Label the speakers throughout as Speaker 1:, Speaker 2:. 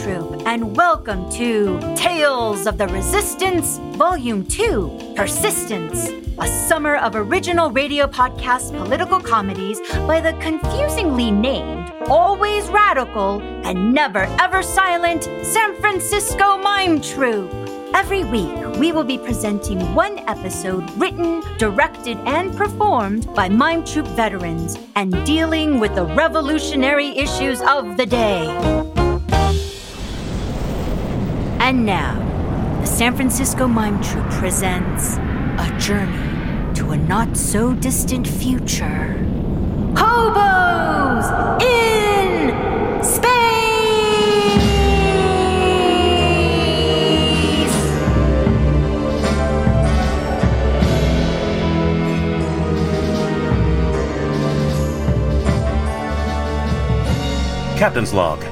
Speaker 1: and welcome to Tales of the Resistance, Volume 2 Persistence, a summer of original radio podcast political comedies by the confusingly named, always radical, and never ever silent San Francisco Mime Troupe. Every week, we will be presenting one episode written, directed, and performed by Mime Troop veterans and dealing with the revolutionary issues of the day. And now, the San Francisco Mime Troupe presents a journey to a not so distant future. Hobos in space!
Speaker 2: Captain's Log.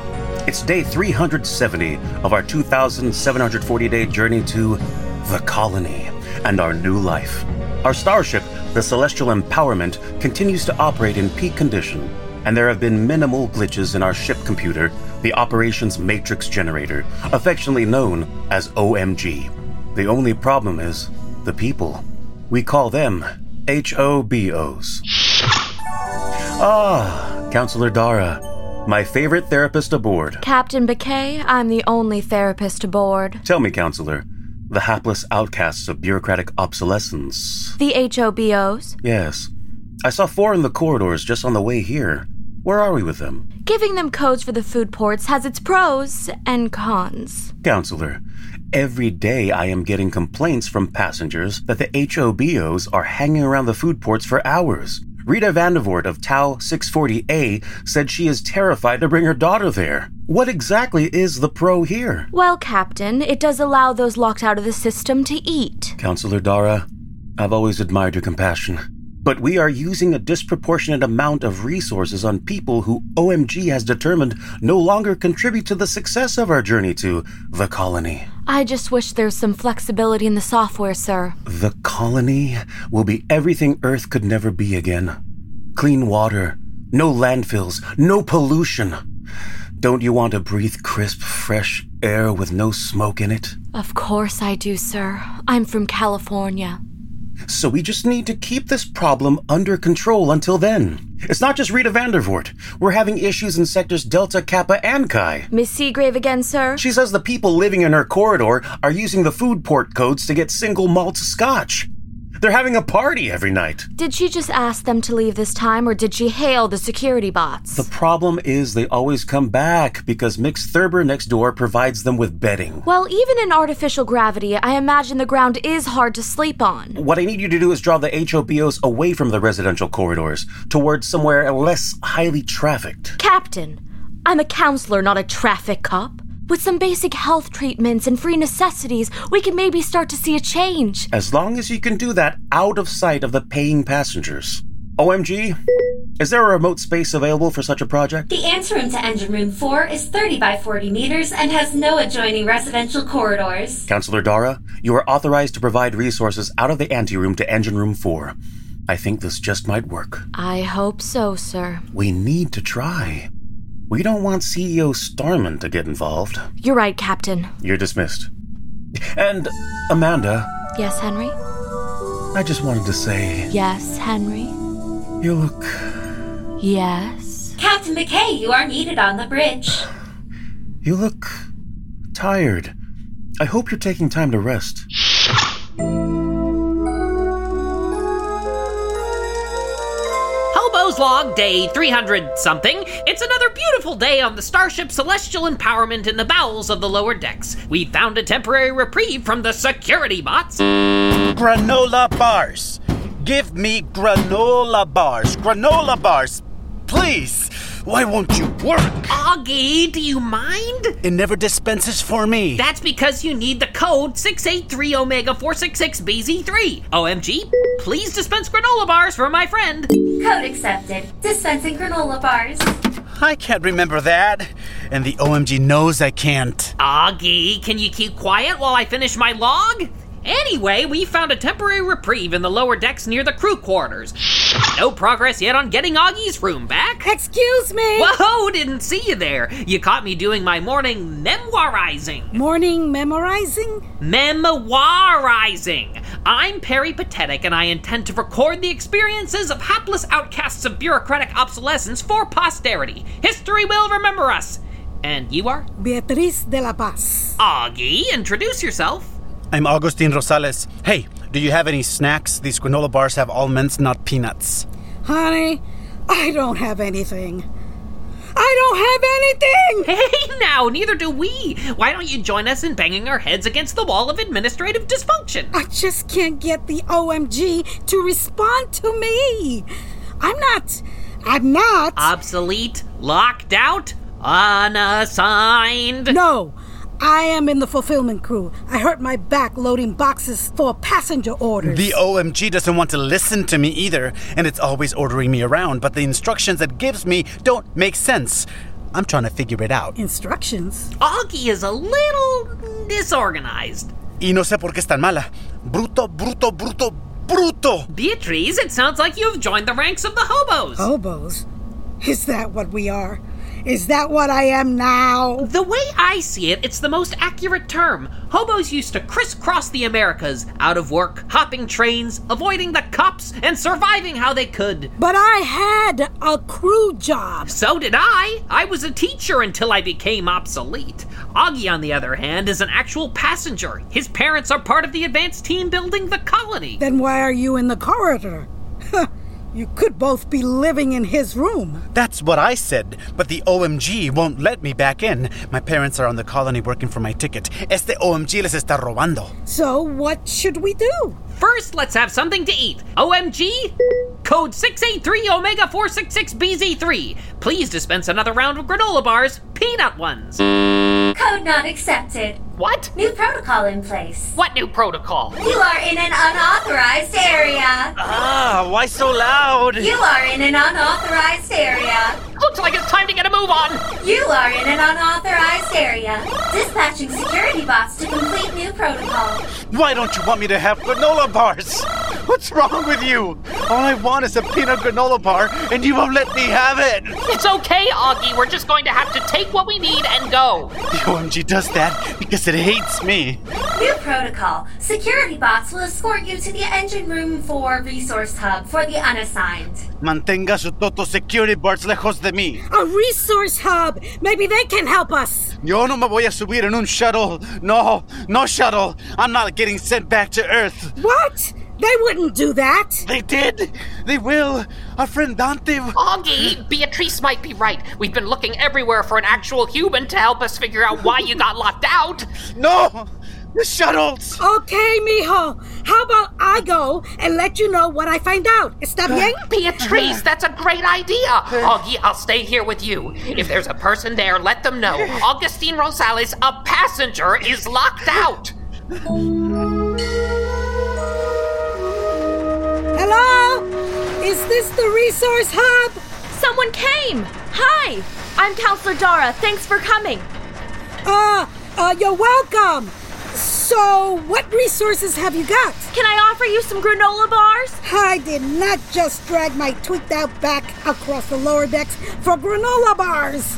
Speaker 2: It's day 370 of our 2,740 day journey to the colony and our new life. Our starship, the Celestial Empowerment, continues to operate in peak condition, and there have been minimal glitches in our ship computer, the Operations Matrix Generator, affectionately known as OMG. The only problem is the people. We call them HOBOs. Ah, Counselor Dara, my favorite therapist aboard.
Speaker 3: Captain Bouquet, I'm the only therapist aboard.
Speaker 2: Tell me, Counselor, the hapless outcasts of bureaucratic obsolescence.
Speaker 3: The HOBOs,
Speaker 2: Yes, I saw four in the corridors just on the way here. Where are we with them?
Speaker 3: giving them codes for the food ports has its pros and cons.
Speaker 2: Counselor, every day I am getting complaints from passengers that the HOBOs are hanging around the food ports for hours. Rita Vandervoort of Tau 640A said she is terrified to bring her daughter there. What exactly is the pro here?
Speaker 3: Well, Captain, it does allow those locked out of the system to eat.
Speaker 2: Counselor Dara, I've always admired your compassion, but we are using a disproportionate amount of resources on people who OMG has determined no longer contribute to the success of our journey to the colony.
Speaker 3: I just wish there's some flexibility in the software, sir.
Speaker 2: The colony will be everything Earth could never be again clean water, no landfills, no pollution. Don't you want to breathe crisp, fresh air with no smoke in it?
Speaker 3: Of course I do, sir. I'm from California.
Speaker 2: So we just need to keep this problem under control until then. It's not just Rita Vandervoort. We're having issues in sectors Delta, Kappa, and Chi.
Speaker 3: Miss Seagrave again, sir?
Speaker 2: She says the people living in her corridor are using the food port codes to get single malt scotch. They're having a party every night.
Speaker 3: Did she just ask them to leave this time, or did she hail the security bots?
Speaker 2: The problem is they always come back because Mix Thurber next door provides them with bedding.
Speaker 3: well, even in artificial gravity, I imagine the ground is hard to sleep on.
Speaker 2: What I need you to do is draw the HOBOs away from the residential corridors towards somewhere less highly trafficked.
Speaker 3: Captain, I'm a counselor, not a traffic cop. With some basic health treatments and free necessities, we can maybe start to see a change.
Speaker 2: As long as you can do that out of sight of the paying passengers. OMG, is there a remote space available for such a project?
Speaker 4: The anteroom to engine room 4 is 30 by 40 meters and has no adjoining residential corridors.
Speaker 2: Counselor Dara, you are authorized to provide resources out of the anteroom to engine room 4. I think this just might work.
Speaker 3: I hope so, sir.
Speaker 2: We need to try. We don't want CEO Starman to get involved.
Speaker 3: You're right, Captain.
Speaker 2: You're dismissed. And, Amanda,
Speaker 3: Yes, Henry?
Speaker 2: I just wanted to say
Speaker 3: Yes, Henry?
Speaker 2: you look.
Speaker 3: Yes.
Speaker 4: Captain McKay, you are needed on the bridge.
Speaker 2: you look. tired. I hope you're taking time to rest.
Speaker 5: Hobo's Log, day 300 something. It's another beautiful day on the starship Celestial Empowerment in the bowels of the lower decks. We found a temporary reprieve from the security bots.
Speaker 6: granola bars. Give me granola bars. Granola bars. Please. Why won't you work?
Speaker 5: Augie, do you mind?
Speaker 6: It never dispenses for me.
Speaker 5: That's because you need the code 683 Omega 466BZ3. OMG, Uh, please dispense granola bars for my friend.
Speaker 4: Code accepted. Dispensing granola bars.
Speaker 6: I can't remember that. And the OMG knows I can't.
Speaker 5: Augie, can you keep quiet while I finish my log?
Speaker 7: Anyway, we found a temporary reprieve in the lower decks near the crew quarters. No progress yet on getting Augie's room back.
Speaker 8: Excuse me.
Speaker 7: Whoa, didn't see you there. You caught me doing my morning memoirizing.
Speaker 8: Morning memorizing?
Speaker 7: Memoirizing. I'm Perry Patetic, and I intend to record the experiences of hapless outcasts of bureaucratic obsolescence for posterity. History will remember us. And you are?
Speaker 8: Beatriz de la Paz.
Speaker 7: Augie, introduce yourself.
Speaker 6: I'm Augustin Rosales. Hey, do you have any snacks? These granola bars have almonds, not peanuts.
Speaker 8: Honey, I don't have anything. I don't have anything!
Speaker 7: Hey now, neither do we. Why don't you join us in banging our heads against the wall of administrative dysfunction?
Speaker 8: I just can't get the OMG to respond to me. I'm not. I'm not.
Speaker 7: Obsolete, locked out, unassigned.
Speaker 8: no, I am in the fulfillment crew. I hurt my back loading boxes for passenger orders.
Speaker 6: The OMG doesn't want to listen to me either, and it's always ordering me around, but the instructions it gives me don't make sense. I'm trying to figure it out.
Speaker 8: Instructions?
Speaker 7: Augie is a little disorganized.
Speaker 6: Y no sé por qué es tan mala. Bruto, bruto, bruto, bruto!
Speaker 7: Beatriz, it sounds like you've joined the ranks of the hobos.
Speaker 8: Hobos? Is that what we are? Is that what I am now?
Speaker 7: The way I see it, it's the most accurate term. Hobos used to crisscross the Americas, out of work, hopping trains, avoiding the cops, and surviving how they could.
Speaker 8: But I had a crew job.
Speaker 7: So did I. I was a teacher until I became obsolete. Augie, on the other hand, is an actual passenger. His parents are part of the advanced team building the colony.
Speaker 8: Then why are you in the corridor? you could both be living in his room.
Speaker 6: That's what I said, but the OMG won't let me back in. My parents are on the colony working for my ticket. Este OMG les está robando.
Speaker 8: So what should we do?
Speaker 7: First, let's have something to eat. OMG? Code 683 Omega 466BZ3. Please dispense another round of granola bars, peanut ones.
Speaker 4: Code not accepted.
Speaker 7: What?
Speaker 4: New protocol in place.
Speaker 7: What new protocol?
Speaker 4: You are in an unauthorized area.
Speaker 6: Ah, why so loud?
Speaker 4: You are in an unauthorized area.
Speaker 7: Looks like it's time to get a move on.
Speaker 4: You are in an unauthorized area. Dispatching security bots to complete new protocol.
Speaker 6: Why don't you want me to have granola bars? What's wrong with you? All I want is a peanut granola bar, and you won't let me have it.
Speaker 7: It's okay, Augie. We're just going to have to take what we need and go.
Speaker 6: The OMG does that because it hates me.
Speaker 4: New protocol. Security bots will escort you to the engine room for resource hub for the unassigned.
Speaker 6: Mantenga su toto security bars lejos de mí.
Speaker 8: A resource hub. Maybe they can help us.
Speaker 6: Yo no me voy a subir en un shuttle. No, no shuttle. I'm not getting sent back to Earth.
Speaker 8: What? They wouldn't do that.
Speaker 6: They did. They will. Our friend Dante.
Speaker 5: Augie, Beatrice might be right. We've been looking everywhere for an actual human to help us figure out why you got locked out.
Speaker 6: No! The shuttles!
Speaker 8: Okay, mijo. How about I go and let you know what I find out? Está bien?
Speaker 5: Beatrice, that's a great idea. Augie, I'll stay here with you. If there's a person there, let them know. Augustine Rosales, a passenger, is locked out.
Speaker 8: Hello? Is this the resource hub?
Speaker 3: Someone came! Hi! I'm Counselor Dara. Thanks for coming.
Speaker 8: Uh, uh, you're welcome. So, what resources have you got?
Speaker 3: Can I offer you some granola bars?
Speaker 8: I did not just drag my tweaked out back across the lower decks for granola bars.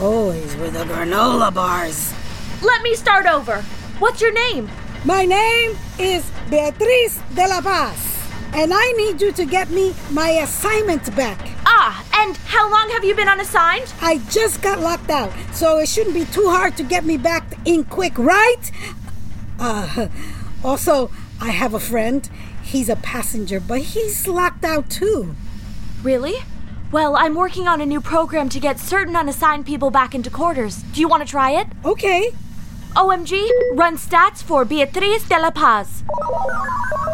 Speaker 8: Always with the granola bars.
Speaker 3: Let me start over. What's your name?
Speaker 8: My name is Beatriz de la Paz, and I need you to get me my assignment back.
Speaker 3: Ah, and how long have you been unassigned?
Speaker 8: I just got locked out, so it shouldn't be too hard to get me back in quick, right? Uh, also, I have a friend. He's a passenger, but he's locked out too.
Speaker 3: Really? Well, I'm working on a new program to get certain unassigned people back into quarters. Do you want to try it?
Speaker 8: Okay,
Speaker 3: OMG, run stats for Beatriz de la Paz.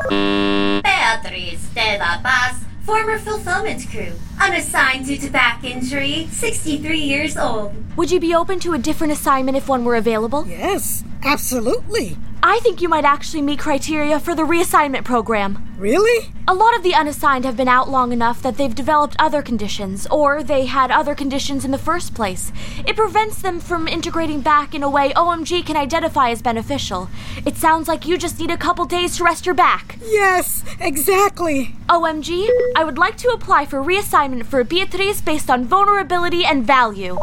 Speaker 4: Beatriz de la Paz, former fulfillment crew. Unassigned due to back injury, 63 years old.
Speaker 3: Would you be open to a different assignment if one were available?
Speaker 8: yes, absolutely.
Speaker 3: I think you might actually meet criteria for the reassignment program.
Speaker 8: Really?
Speaker 3: A lot of the unassigned have been out long enough that they've developed other conditions, or they had other conditions in the first place. It prevents them from integrating back in a way OMG can identify as beneficial. It sounds like you just need a couple days to rest your back.
Speaker 8: Yes, exactly.
Speaker 3: OMG, I would like to apply for reassignment for Beatriz based on vulnerability and value.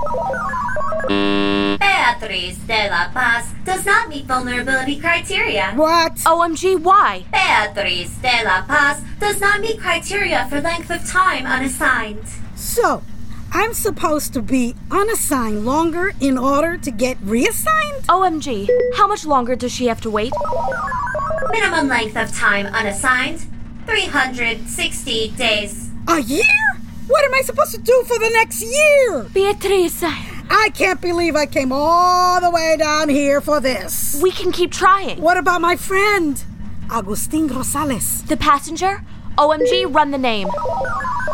Speaker 4: Beatriz de la Paz does not meet vulnerability criteria.
Speaker 8: What?
Speaker 3: OMG, why?
Speaker 4: Beatriz de la Paz does not meet criteria for length of time unassigned.
Speaker 8: So, I'm supposed to be unassigned longer in order to get reassigned?
Speaker 3: OMG, how much longer does she have to wait?
Speaker 4: Minimum length of time unassigned 360 days.
Speaker 8: A year? What am I supposed to do for the next year?
Speaker 3: Beatriz,
Speaker 8: I can't believe I came all the way down here for this.
Speaker 3: we can keep trying.
Speaker 8: What about my friend? Agustin Rosales.
Speaker 3: The passenger? OMG, run the name.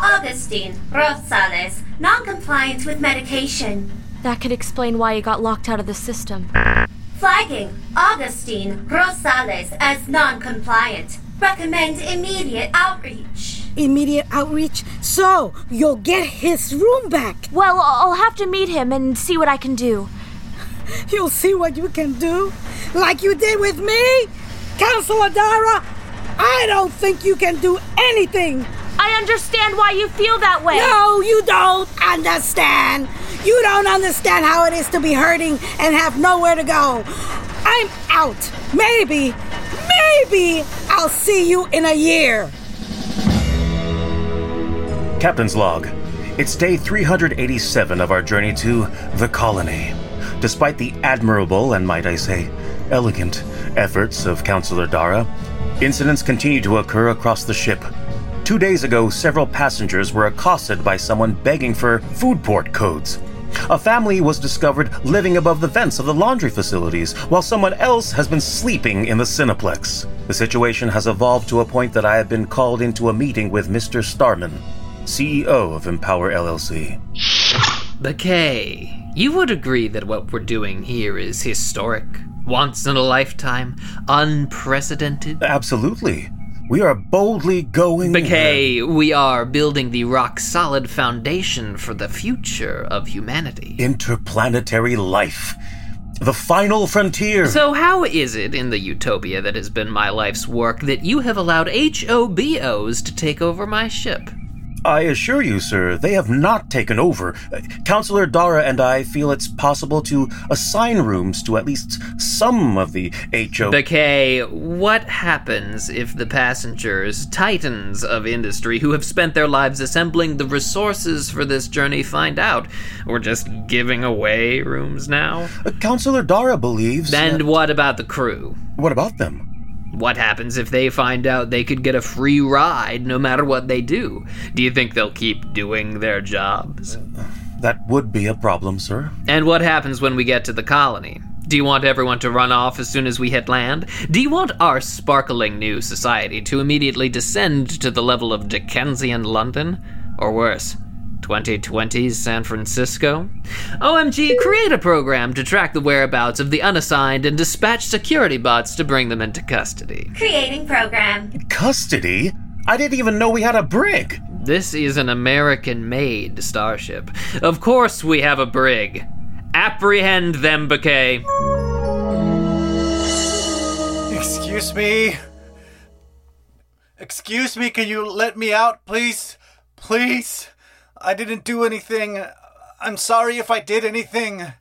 Speaker 4: Augustine Rosales, non compliant with medication.
Speaker 3: That could explain why he got locked out of the system.
Speaker 4: Flagging Augustine Rosales as non compliant. Recommend immediate outreach.
Speaker 8: Immediate outreach. So, you'll get his room back.
Speaker 3: Well, I- I'll have to meet him and see what I can do.
Speaker 8: You'll see what you can do. Like you did with me, Counselor Dara. I don't think you can do anything.
Speaker 3: I understand why you feel that way.
Speaker 8: No, you don't understand. You don't understand how it is to be hurting and have nowhere to go. I'm out. Maybe, maybe I'll see you in a year.
Speaker 2: Captain's log. It's day 387 of our journey to the colony. Despite the admirable and, might I say, elegant efforts of Counselor Dara, incidents continue to occur across the ship. Two days ago, several passengers were accosted by someone begging for food port codes. A family was discovered living above the vents of the laundry facilities, while someone else has been sleeping in the Cineplex. The situation has evolved to a point that I have been called into a meeting with Mr. Starman, CEO E of Empower LLC.
Speaker 5: Okay, you would agree that what we're doing here is historic, once in a lifetime, unprecedented?
Speaker 2: Absolutely. We are boldly going.
Speaker 5: Okay, we are building the rock solid foundation for the future of humanity.
Speaker 2: Interplanetary life. The final frontier.
Speaker 5: So, how is it in the utopia that has been my life's work that you have allowed HOBOs to take over my ship?
Speaker 2: I assure you, sir, they have not taken over. Uh, Counselor Dara and I feel it's possible to assign rooms to at least some of the HO.
Speaker 5: Okay, what happens if the passengers, titans of industry who have spent their lives assembling the resources for this journey, find out we're just giving away rooms now?
Speaker 2: Uh, Counselor Dara believes.
Speaker 5: And
Speaker 2: that-
Speaker 5: what about the crew?
Speaker 2: what about them?
Speaker 5: What happens if they find out they could get a free ride no matter what they do? Do you think they'll keep doing their jobs?
Speaker 2: That would be a problem, sir.
Speaker 5: And what happens when we get to the colony? Do you want everyone to run off as soon as we hit land? Do you want our sparkling new society to immediately descend to the level of Dickensian London? Or worse, 2020s San Francisco? OMG, create a program to track the whereabouts of the unassigned and dispatch security bots to bring them into custody.
Speaker 4: Creating program.
Speaker 2: Custody? I didn't even know we had a brig.
Speaker 5: This is an American made starship. Of course, we have a brig. Apprehend them, Bouquet.
Speaker 9: Excuse me. Excuse me, can you let me out, please? Please? I didn't do anything. I'm sorry if I did anything.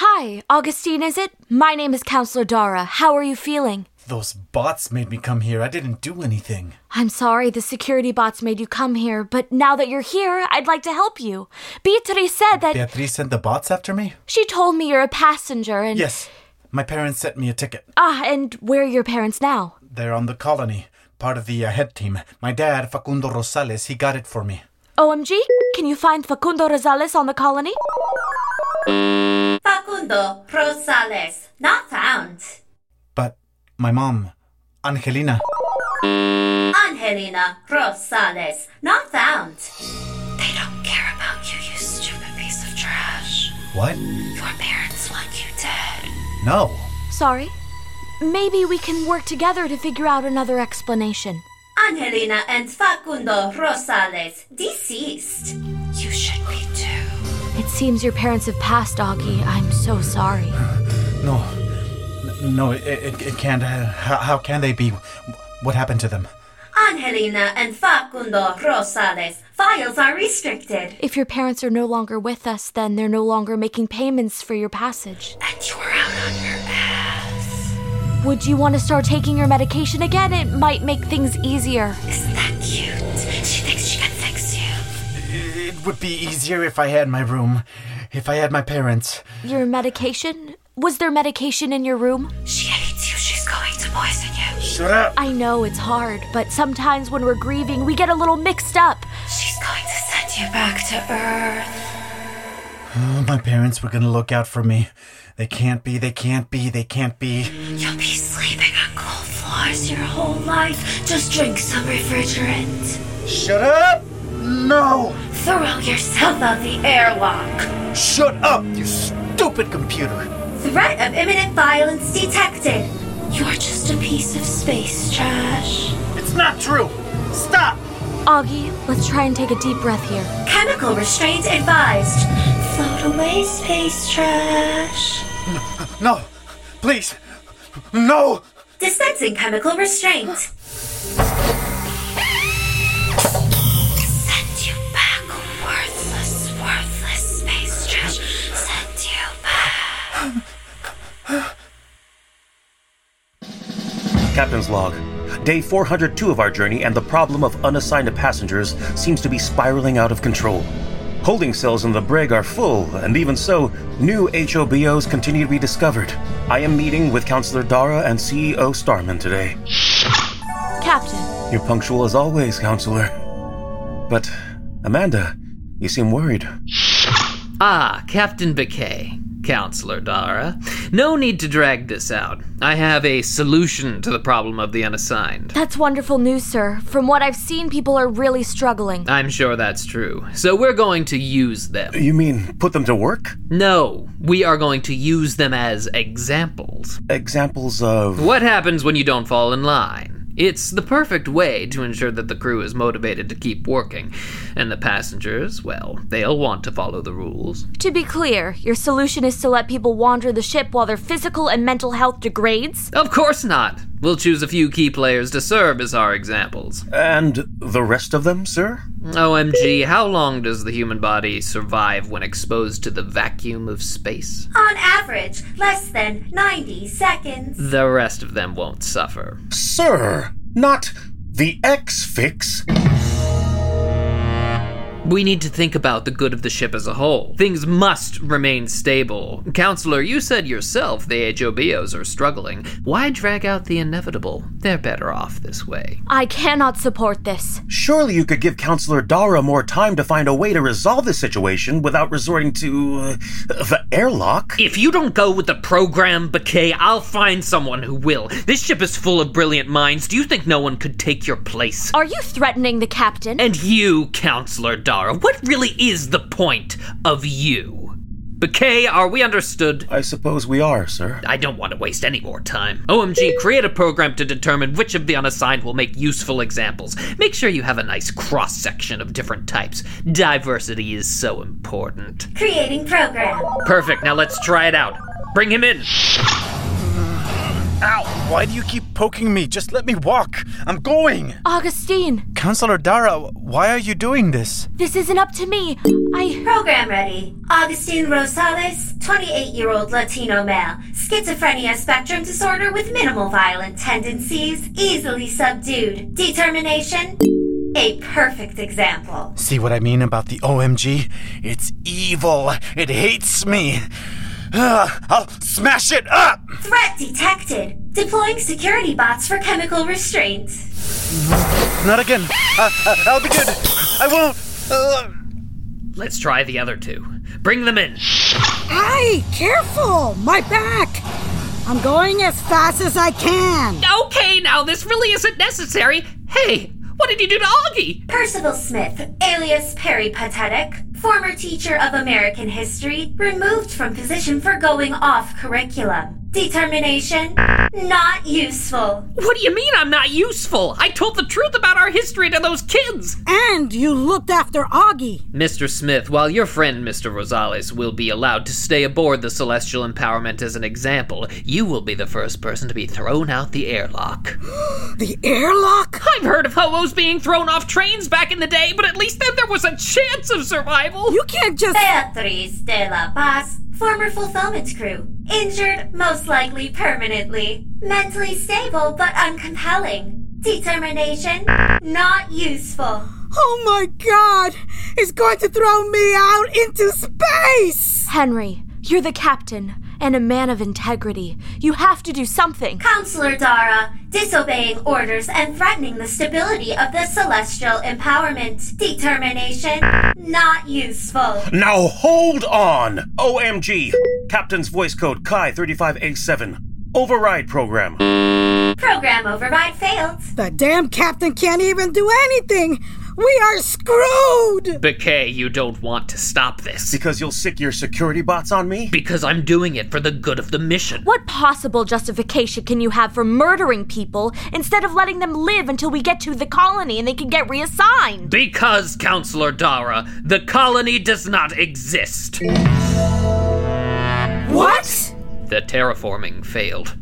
Speaker 3: Hi, Augustine, is it? My name is Counselor Dara. How are you feeling?
Speaker 9: Those bots made me come here. I didn't do anything.
Speaker 3: I'm sorry the security bots made you come here, but now that you're here, I'd like to help you. Beatriz said that
Speaker 9: Beatriz sent the bots after me?
Speaker 3: she told me you're a passenger and
Speaker 9: Yes. My parents sent me a ticket.
Speaker 3: ah, and where are your parents now?
Speaker 9: They're on the colony, part of the uh, head team. My dad, Facundo Rosales, he got it for me.
Speaker 3: OMG, can you find Facundo Rosales on the colony?
Speaker 4: Facundo Rosales, not found.
Speaker 9: But my mom, Angelina.
Speaker 4: Angelina Rosales, not found. They don't care about you, you stupid piece of trash.
Speaker 9: What?
Speaker 4: Your parents want you dead.
Speaker 9: No.
Speaker 3: Sorry? Maybe we can work together to figure out another explanation.
Speaker 4: Angelina and Facundo Rosales, deceased.
Speaker 1: You should be too.
Speaker 3: It seems your parents have passed, Augie. I'm so sorry.
Speaker 9: No, no, it, it, it can't. uh, How, how can they be? What happened to them?
Speaker 4: Angelina and Facundo Rosales, files are restricted.
Speaker 3: If your parents are no longer with us, then they're no longer making payments for your passage.
Speaker 1: And you're out on your ass.
Speaker 3: Would you want to start taking your medication again? It might make things easier.
Speaker 1: Isn't that cute? She thinks she can fix you.
Speaker 9: It would be easier if I had my room, if I had my parents.
Speaker 3: Your medication? Was there medication in your room?
Speaker 1: She hates you. She's going to poison you.
Speaker 9: Shut up!
Speaker 3: I know it's hard, but sometimes when we're grieving, we get a little mixed up.
Speaker 1: She's going to send you back to Earth.
Speaker 9: My parents were gonna look out for me. They can't be, they can't be, they can't be.
Speaker 1: You'll be sleeping on cold floors your whole life. Just drink some refrigerant.
Speaker 9: Shut up! No!
Speaker 1: Throw yourself out the airlock.
Speaker 9: Shut up, you stupid computer!
Speaker 4: Threat of imminent violence detected.
Speaker 1: You're just a piece of space trash.
Speaker 9: It's not true! Stop!
Speaker 3: Augie, let's try and take a deep breath here.
Speaker 4: Chemical restraint advised.
Speaker 1: Float away, space trash.
Speaker 9: No! Please! No!
Speaker 4: Dispensing chemical restraint.
Speaker 1: Send you back, worthless, worthless space trash. Send you back.
Speaker 2: Captain's log. Day 402 of our journey, and the problem of unassigned passengers seems to be spiraling out of control. Holding cells in the brig are full, and even so, new HOBOs continue to be discovered. I am meeting with Counselor Dara and CEO Starman today.
Speaker 3: Captain,
Speaker 2: You're punctual as always, Counselor. But, Amanda, you seem worried.
Speaker 5: Ah, Captain Bouquet, Counselor Dara. No need to drag this out. I have a solution to the problem of the unassigned.
Speaker 3: that's wonderful news, sir. From what I've seen, people are really struggling.
Speaker 5: I'm sure that's true. So we're going to use them.
Speaker 2: You mean put them to work?
Speaker 5: No, we are going to use them as examples.
Speaker 2: Examples of.
Speaker 5: What happens when you don't fall in line? It's the perfect way to ensure that the crew is motivated to keep working. And the passengers, well, they'll want to follow the rules.
Speaker 3: To be clear, your solution is to let people wander the ship while their physical and mental health degrades?
Speaker 5: Of course not! We'll choose a few key players to serve as our examples.
Speaker 2: And the rest of them, sir?
Speaker 5: OMG, how long does the human body survive when exposed to the vacuum of space?
Speaker 4: On average, less than 90 seconds.
Speaker 5: The rest of them won't suffer.
Speaker 2: Sir! Not the X fix!
Speaker 5: We need to think about the good of the ship as a whole. Things must remain stable. Counselor, you said yourself the HOBOs are struggling. Why drag out the inevitable? They're better off this way.
Speaker 3: I cannot support this.
Speaker 2: Surely you could give Counselor Dara more time to find a way to resolve this situation without resorting to. uh, the airlock?
Speaker 5: If you don't go with the program, Bouquet, I'll find someone who will. This ship is full of brilliant minds. Do you think no one could take your place?
Speaker 3: Are you threatening the captain?
Speaker 5: And you, Counselor Dara, what really is the point of you? Bouquet, are we understood?
Speaker 2: I suppose we are, sir.
Speaker 5: I don't want to waste any more time. OMG, create a program to determine which of the unassigned will make useful examples. Make sure you have a nice cross section of different types. Diversity is so important.
Speaker 4: Creating program.
Speaker 5: Perfect, now let's try it out. Bring him in.
Speaker 6: Ow! Why do you keep poking me? Just let me walk. I'm going.
Speaker 3: Augustine,
Speaker 6: Counselor Dara, why are you doing this?
Speaker 3: this isn't up to me. I.
Speaker 4: Program ready. Augustine Rosales, 28 year old Latino male, schizophrenia spectrum disorder with minimal violent tendencies, easily subdued. Determination? A perfect example.
Speaker 6: See what I mean about the OMG? It's evil. It hates me. Ah, I'll smash it up.
Speaker 4: Threat detected. Deploying security bots for chemical restraint.
Speaker 6: Not again. Uh, uh, I'll be good. I won't. Uh,
Speaker 5: Let's try the other two. Bring them in.
Speaker 8: Hey, careful! My back! I'm going as fast as I can.
Speaker 5: Okay, now this really isn't necessary. Hey, what did you do to Augie?
Speaker 4: Percival Smith, alias Perry Pathetic, former teacher of American history, removed from position for going off curriculum. Determination? Not useful.
Speaker 5: What do you mean I'm not useful? I told the truth about our history to those kids!
Speaker 8: And you looked after Augie.
Speaker 5: Mr. Smith, while your friend Mr. Rosales will be allowed to stay aboard the Celestial Empowerment as an example, you will be the first person to be thrown out the airlock.
Speaker 8: The airlock?
Speaker 5: I've heard of hoos being thrown off trains back in the day, but at least then there was a chance of survival!
Speaker 8: You can't just.
Speaker 4: Beatriz de la Paz, former fulfillment crew. Injured, most likely permanently. Mentally stable, but uncompelling. Determination? Not useful.
Speaker 8: Oh my god! It's going to throw me out into space!
Speaker 3: Henry, you're the captain and a man of integrity. You have to do something.
Speaker 4: Counselor Dara, disobeying orders and threatening the stability of the celestial empowerment. Determination? Not useful.
Speaker 2: Now hold on! OMG! Captain's voice code Kai 35A7. Override program.
Speaker 4: Program override failed.
Speaker 8: The damn captain can't even do anything! We are screwed!
Speaker 5: Bouquet, you don't want to stop this.
Speaker 2: Because you'll sick your security bots on me?
Speaker 5: Because I'm doing it for the good of the mission.
Speaker 3: What possible justification can you have for murdering people instead of letting them live until we get to the colony and they can get reassigned?
Speaker 5: Because, Counselor Dara, the colony does not exist.
Speaker 8: What?
Speaker 5: The terraforming failed.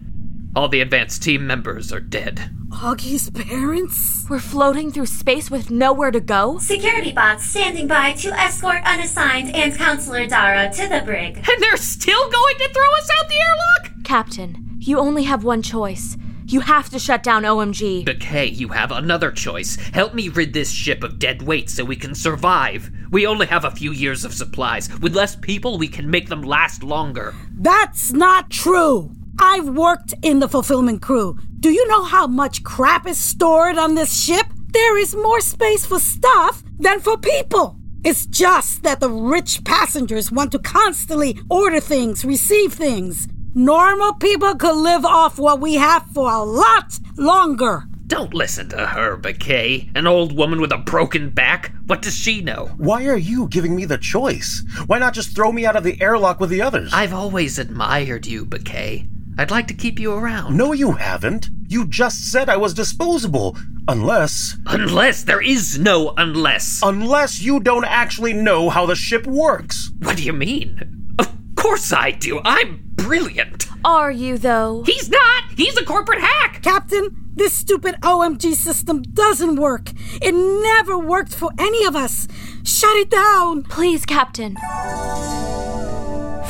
Speaker 5: All the advanced team members are dead.
Speaker 8: Augie's parents?
Speaker 3: We're floating through space with nowhere to go?
Speaker 4: Security bots standing by to escort unassigned and Counselor Dara to the brig.
Speaker 5: And they're still going to throw us out the airlock?
Speaker 3: Captain, you only have one choice. You have to shut down OMG.
Speaker 5: Bouquet, you have another choice. Help me rid this ship of dead weight so we can survive. We only have a few years of supplies. With less people, we can make them last longer.
Speaker 8: That's not true! I've worked in the fulfillment crew. Do you know how much crap is stored on this ship? There is more space for stuff than for people. It's just that the rich passengers want to constantly order things, receive things. Normal people could live off what we have for a lot longer.
Speaker 5: Don't listen to her, Bouquet. An old woman with a broken back? What does she know?
Speaker 2: Why are you giving me the choice? Why not just throw me out of the airlock with the others?
Speaker 5: I've always admired you, Bouquet. I'd like to keep you around.
Speaker 2: No, you haven't. You just said I was disposable. Unless.
Speaker 5: Unless there is no unless.
Speaker 2: Unless you don't actually know how the ship works.
Speaker 5: What do you mean? Of course I do. I'm brilliant.
Speaker 3: Are you, though?
Speaker 5: He's not. He's a corporate hack.
Speaker 8: Captain, this stupid OMG system doesn't work. It never worked for any of us. Shut it down.
Speaker 3: Please, Captain.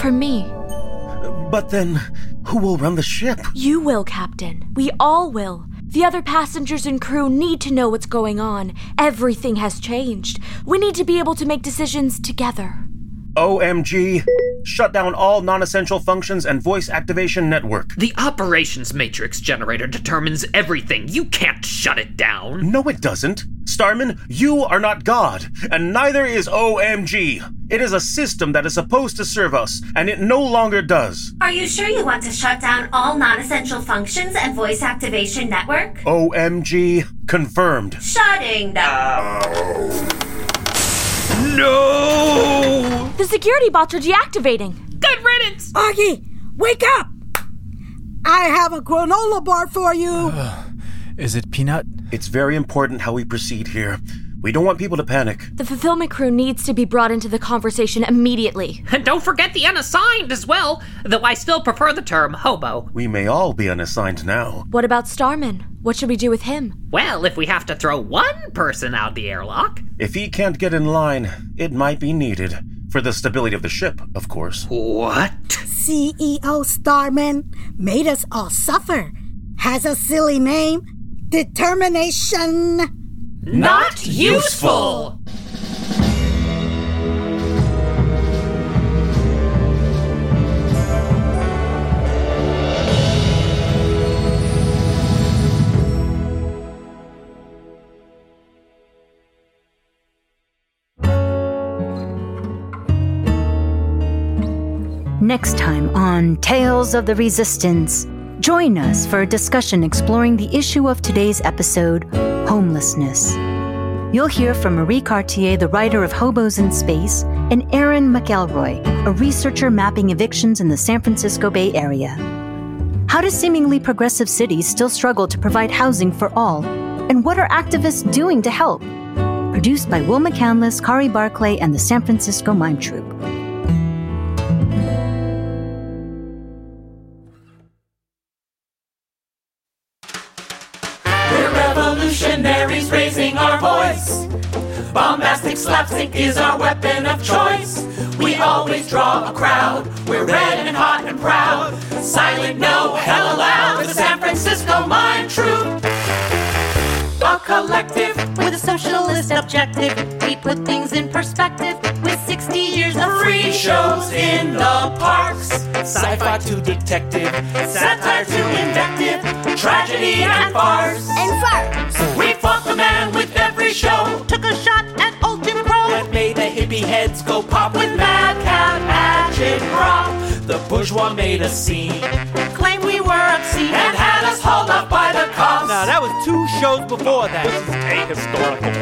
Speaker 3: For me.
Speaker 2: But then, who will run the ship?
Speaker 3: You will, Captain. We all will. The other passengers and crew need to know what's going on. Everything has changed. We need to be able to make decisions together.
Speaker 2: OMG. Shut down all non essential functions and voice activation network.
Speaker 5: The operations matrix generator determines everything. You can't shut it down.
Speaker 2: No, it doesn't. Starman, you are not God, and neither is OMG. It is a system that is supposed to serve us, and it no longer does.
Speaker 4: Are you sure you want to shut down all non essential functions and voice activation network?
Speaker 2: OMG, confirmed.
Speaker 4: Shutting down.
Speaker 5: No!
Speaker 3: The security bots are deactivating.
Speaker 5: Good riddance!
Speaker 8: Augie, wake up! I have a granola bar for you.
Speaker 6: Is it peanut?
Speaker 2: It's very important how we proceed here. We don't want people to panic.
Speaker 3: The fulfillment crew needs to be brought into the conversation immediately.
Speaker 5: And don't forget the unassigned as well, though I still prefer the term hobo.
Speaker 2: We may all be unassigned now.
Speaker 3: What about Starman? What should we do with him?
Speaker 5: Well, if we have to throw one person out the airlock.
Speaker 2: If he can't get in line, it might be needed. For the stability of the ship, of course.
Speaker 5: What?
Speaker 8: CEO E Starman made us all suffer. Has a silly name. Determination.
Speaker 5: Not useful!
Speaker 1: Next time on Tales of the Resistance, join us for a discussion exploring the issue of today's episode homelessness. You'll hear from Marie Cartier, the writer of Hobos in Space, and Aaron McElroy, a researcher mapping evictions in the San Francisco Bay Area. How does seemingly progressive cities still struggle to provide housing for all? And what are activists doing to help? Produced by Will McCandless, Kari Barclay, and the San Francisco Mime Troupe.
Speaker 10: revolutionaries raising our voice. Bombastic slapstick is our weapon of choice. We always draw a crowd. We're red and hot and proud. Silent, no, hell allowed. The San Francisco Mime Troupe. A collective with a socialist objective. We put things in perspective with 60 years of free shows in the parks. Sci fi to detective, satire to invective, tragedy and farce.
Speaker 11: And fart.
Speaker 10: We fought the man with every show
Speaker 11: Took a shot at old Jim Crow.
Speaker 10: that made the hippie heads go pop with madcap magic rock. The bourgeois made a scene
Speaker 11: Claimed we were obscene.
Speaker 10: and had us hauled up by the cops.
Speaker 12: Now, that was two shows before Oh, that. This is ahistorical.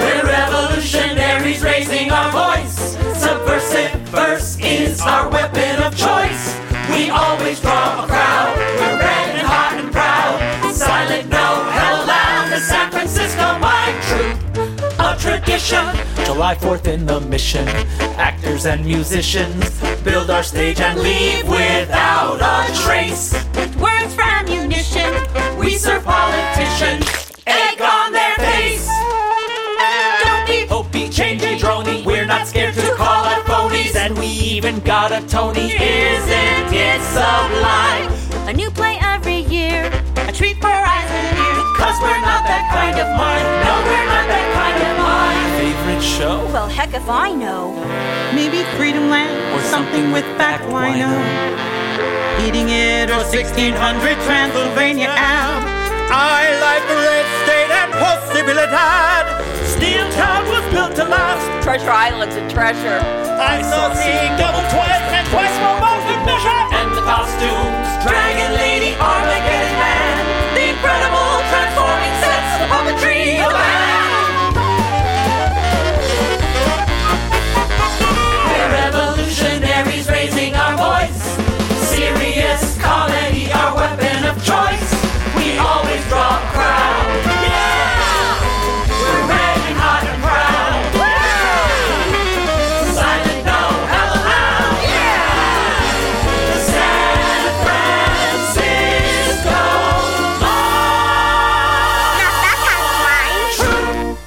Speaker 10: We're revolutionaries raising our voice. Subversive verse is our weapon of choice. We always draw a crowd. We're red and hot and proud. Silent, no, hell loud. The San Francisco Mime Troupe, a tradition. July 4th in the mission. Actors and musicians build our stage and leave without a trace.
Speaker 11: With words for ammunition.
Speaker 10: We serve politicians egg on their face. Don't be hopey, changey, drony. We're not scared to call out phonies, and we even got a Tony. Isn't it sublime?
Speaker 11: A new play every year. A treat for eyes and ears.
Speaker 10: Cause we're not that kind of mind. No, we're not that kind of mind. Favorite show?
Speaker 11: Well, heck if I know.
Speaker 13: Maybe Freedom Land or something with back lino. Eating it or 1600 Transylvania Ave.
Speaker 6: I like the red state and possibilidad.
Speaker 10: Steel Town was built to last.
Speaker 14: Treasure Island's a treasure.
Speaker 10: I saw seeing double twice and twice more both in measure. And the costumes, Dragon Lady, Armageddon Man, the incredible transforming sets, the puppetry, the band.
Speaker 11: We're
Speaker 10: revolutionaries raising our voice. Serious comedy, our weapon of choice. We always draw a crowd. Yeah! We're red and hot and proud. Yeah! Silent, no, hell allowed. Yeah! The San Francisco Mime.
Speaker 11: Not that kind of mind.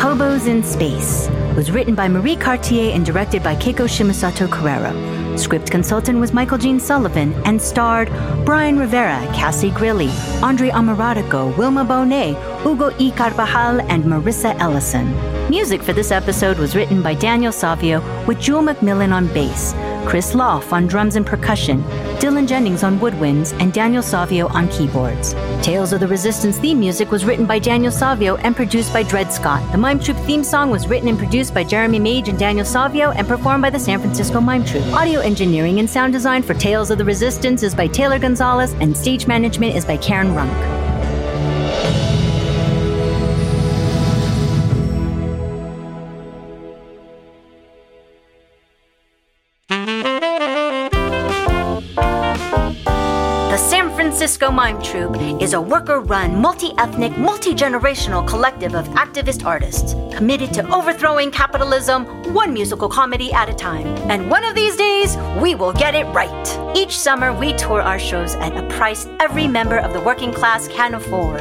Speaker 1: Hobos in Space was written by Marie Cartier and directed by Keiko Shimasato Carrera. Script consultant was Michael Jean Sullivan and starred Brian Rivera, Cassie Grilli, Andre Amaradico, Wilma Bonet, Hugo E. Carvajal, and Marissa Ellison. Music for this episode was written by Daniel Savio with Jewel McMillan on bass, Chris Loff on drums and percussion, Dylan Jennings on woodwinds, and Daniel Savio on keyboards. Tales of the Resistance theme music was written by Daniel Savio and produced by Dred Scott. The Mime Troupe theme song was written and produced by Jeremy Mage and Daniel Savio and performed by the San Francisco Mime Troupe. Audio engineering and sound design for Tales of the Resistance is by Taylor Gonzalez, and stage management is by Karen Runk. The San Francisco Mime Troupe is a worker run, multi ethnic, multi generational collective of activist artists committed to overthrowing capitalism one musical comedy at a time. And one of these days, we will get it right. Each summer, we tour our shows at a price every member of the working class can afford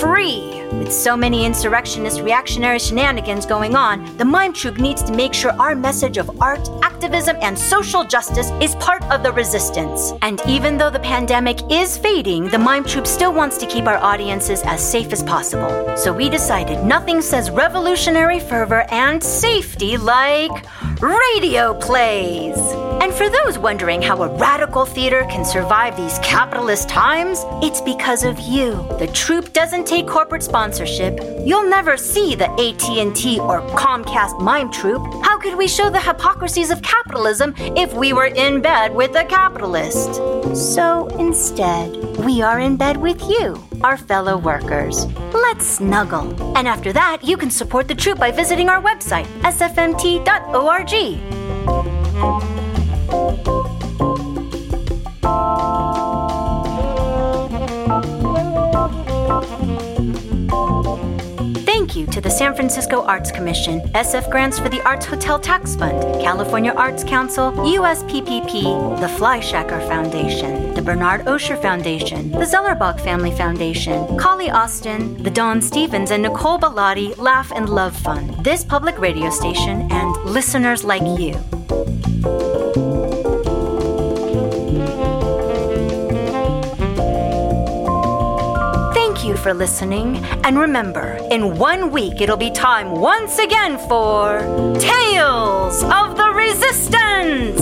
Speaker 1: free. With so many insurrectionist reactionary shenanigans going on, the Mime Troupe needs to make sure our message of art, activism, and social justice is part of the resistance. And even though the pandemic is fading, the Mime Troupe still wants to keep our audiences as safe as possible. So we decided nothing says revolutionary fervor and safety like radio plays. And for those wondering how a radical theater can survive these capitalist times, it's because of you. The troupe doesn't take corporate sponsorship. You'll never see the AT&T or Comcast mime troupe. How could we show the hypocrisies of capitalism if we were in bed with a capitalist? So instead, we are in bed with you, our fellow workers. Let's snuggle. And after that, you can support the troupe by visiting our website, sfmt.org. Thank you to the San Francisco Arts Commission, SF Grants for the Arts Hotel Tax Fund, California Arts Council, USPPP, the Flyshacker Foundation, the Bernard Osher Foundation, the Zellerbach Family Foundation, Collie Austin, the Don Stevens and Nicole Bellotti Laugh and Love Fund, this public radio station, and listeners like you. Thank you for listening, and remember, in one week it'll be time once again for Tales of the Resistance!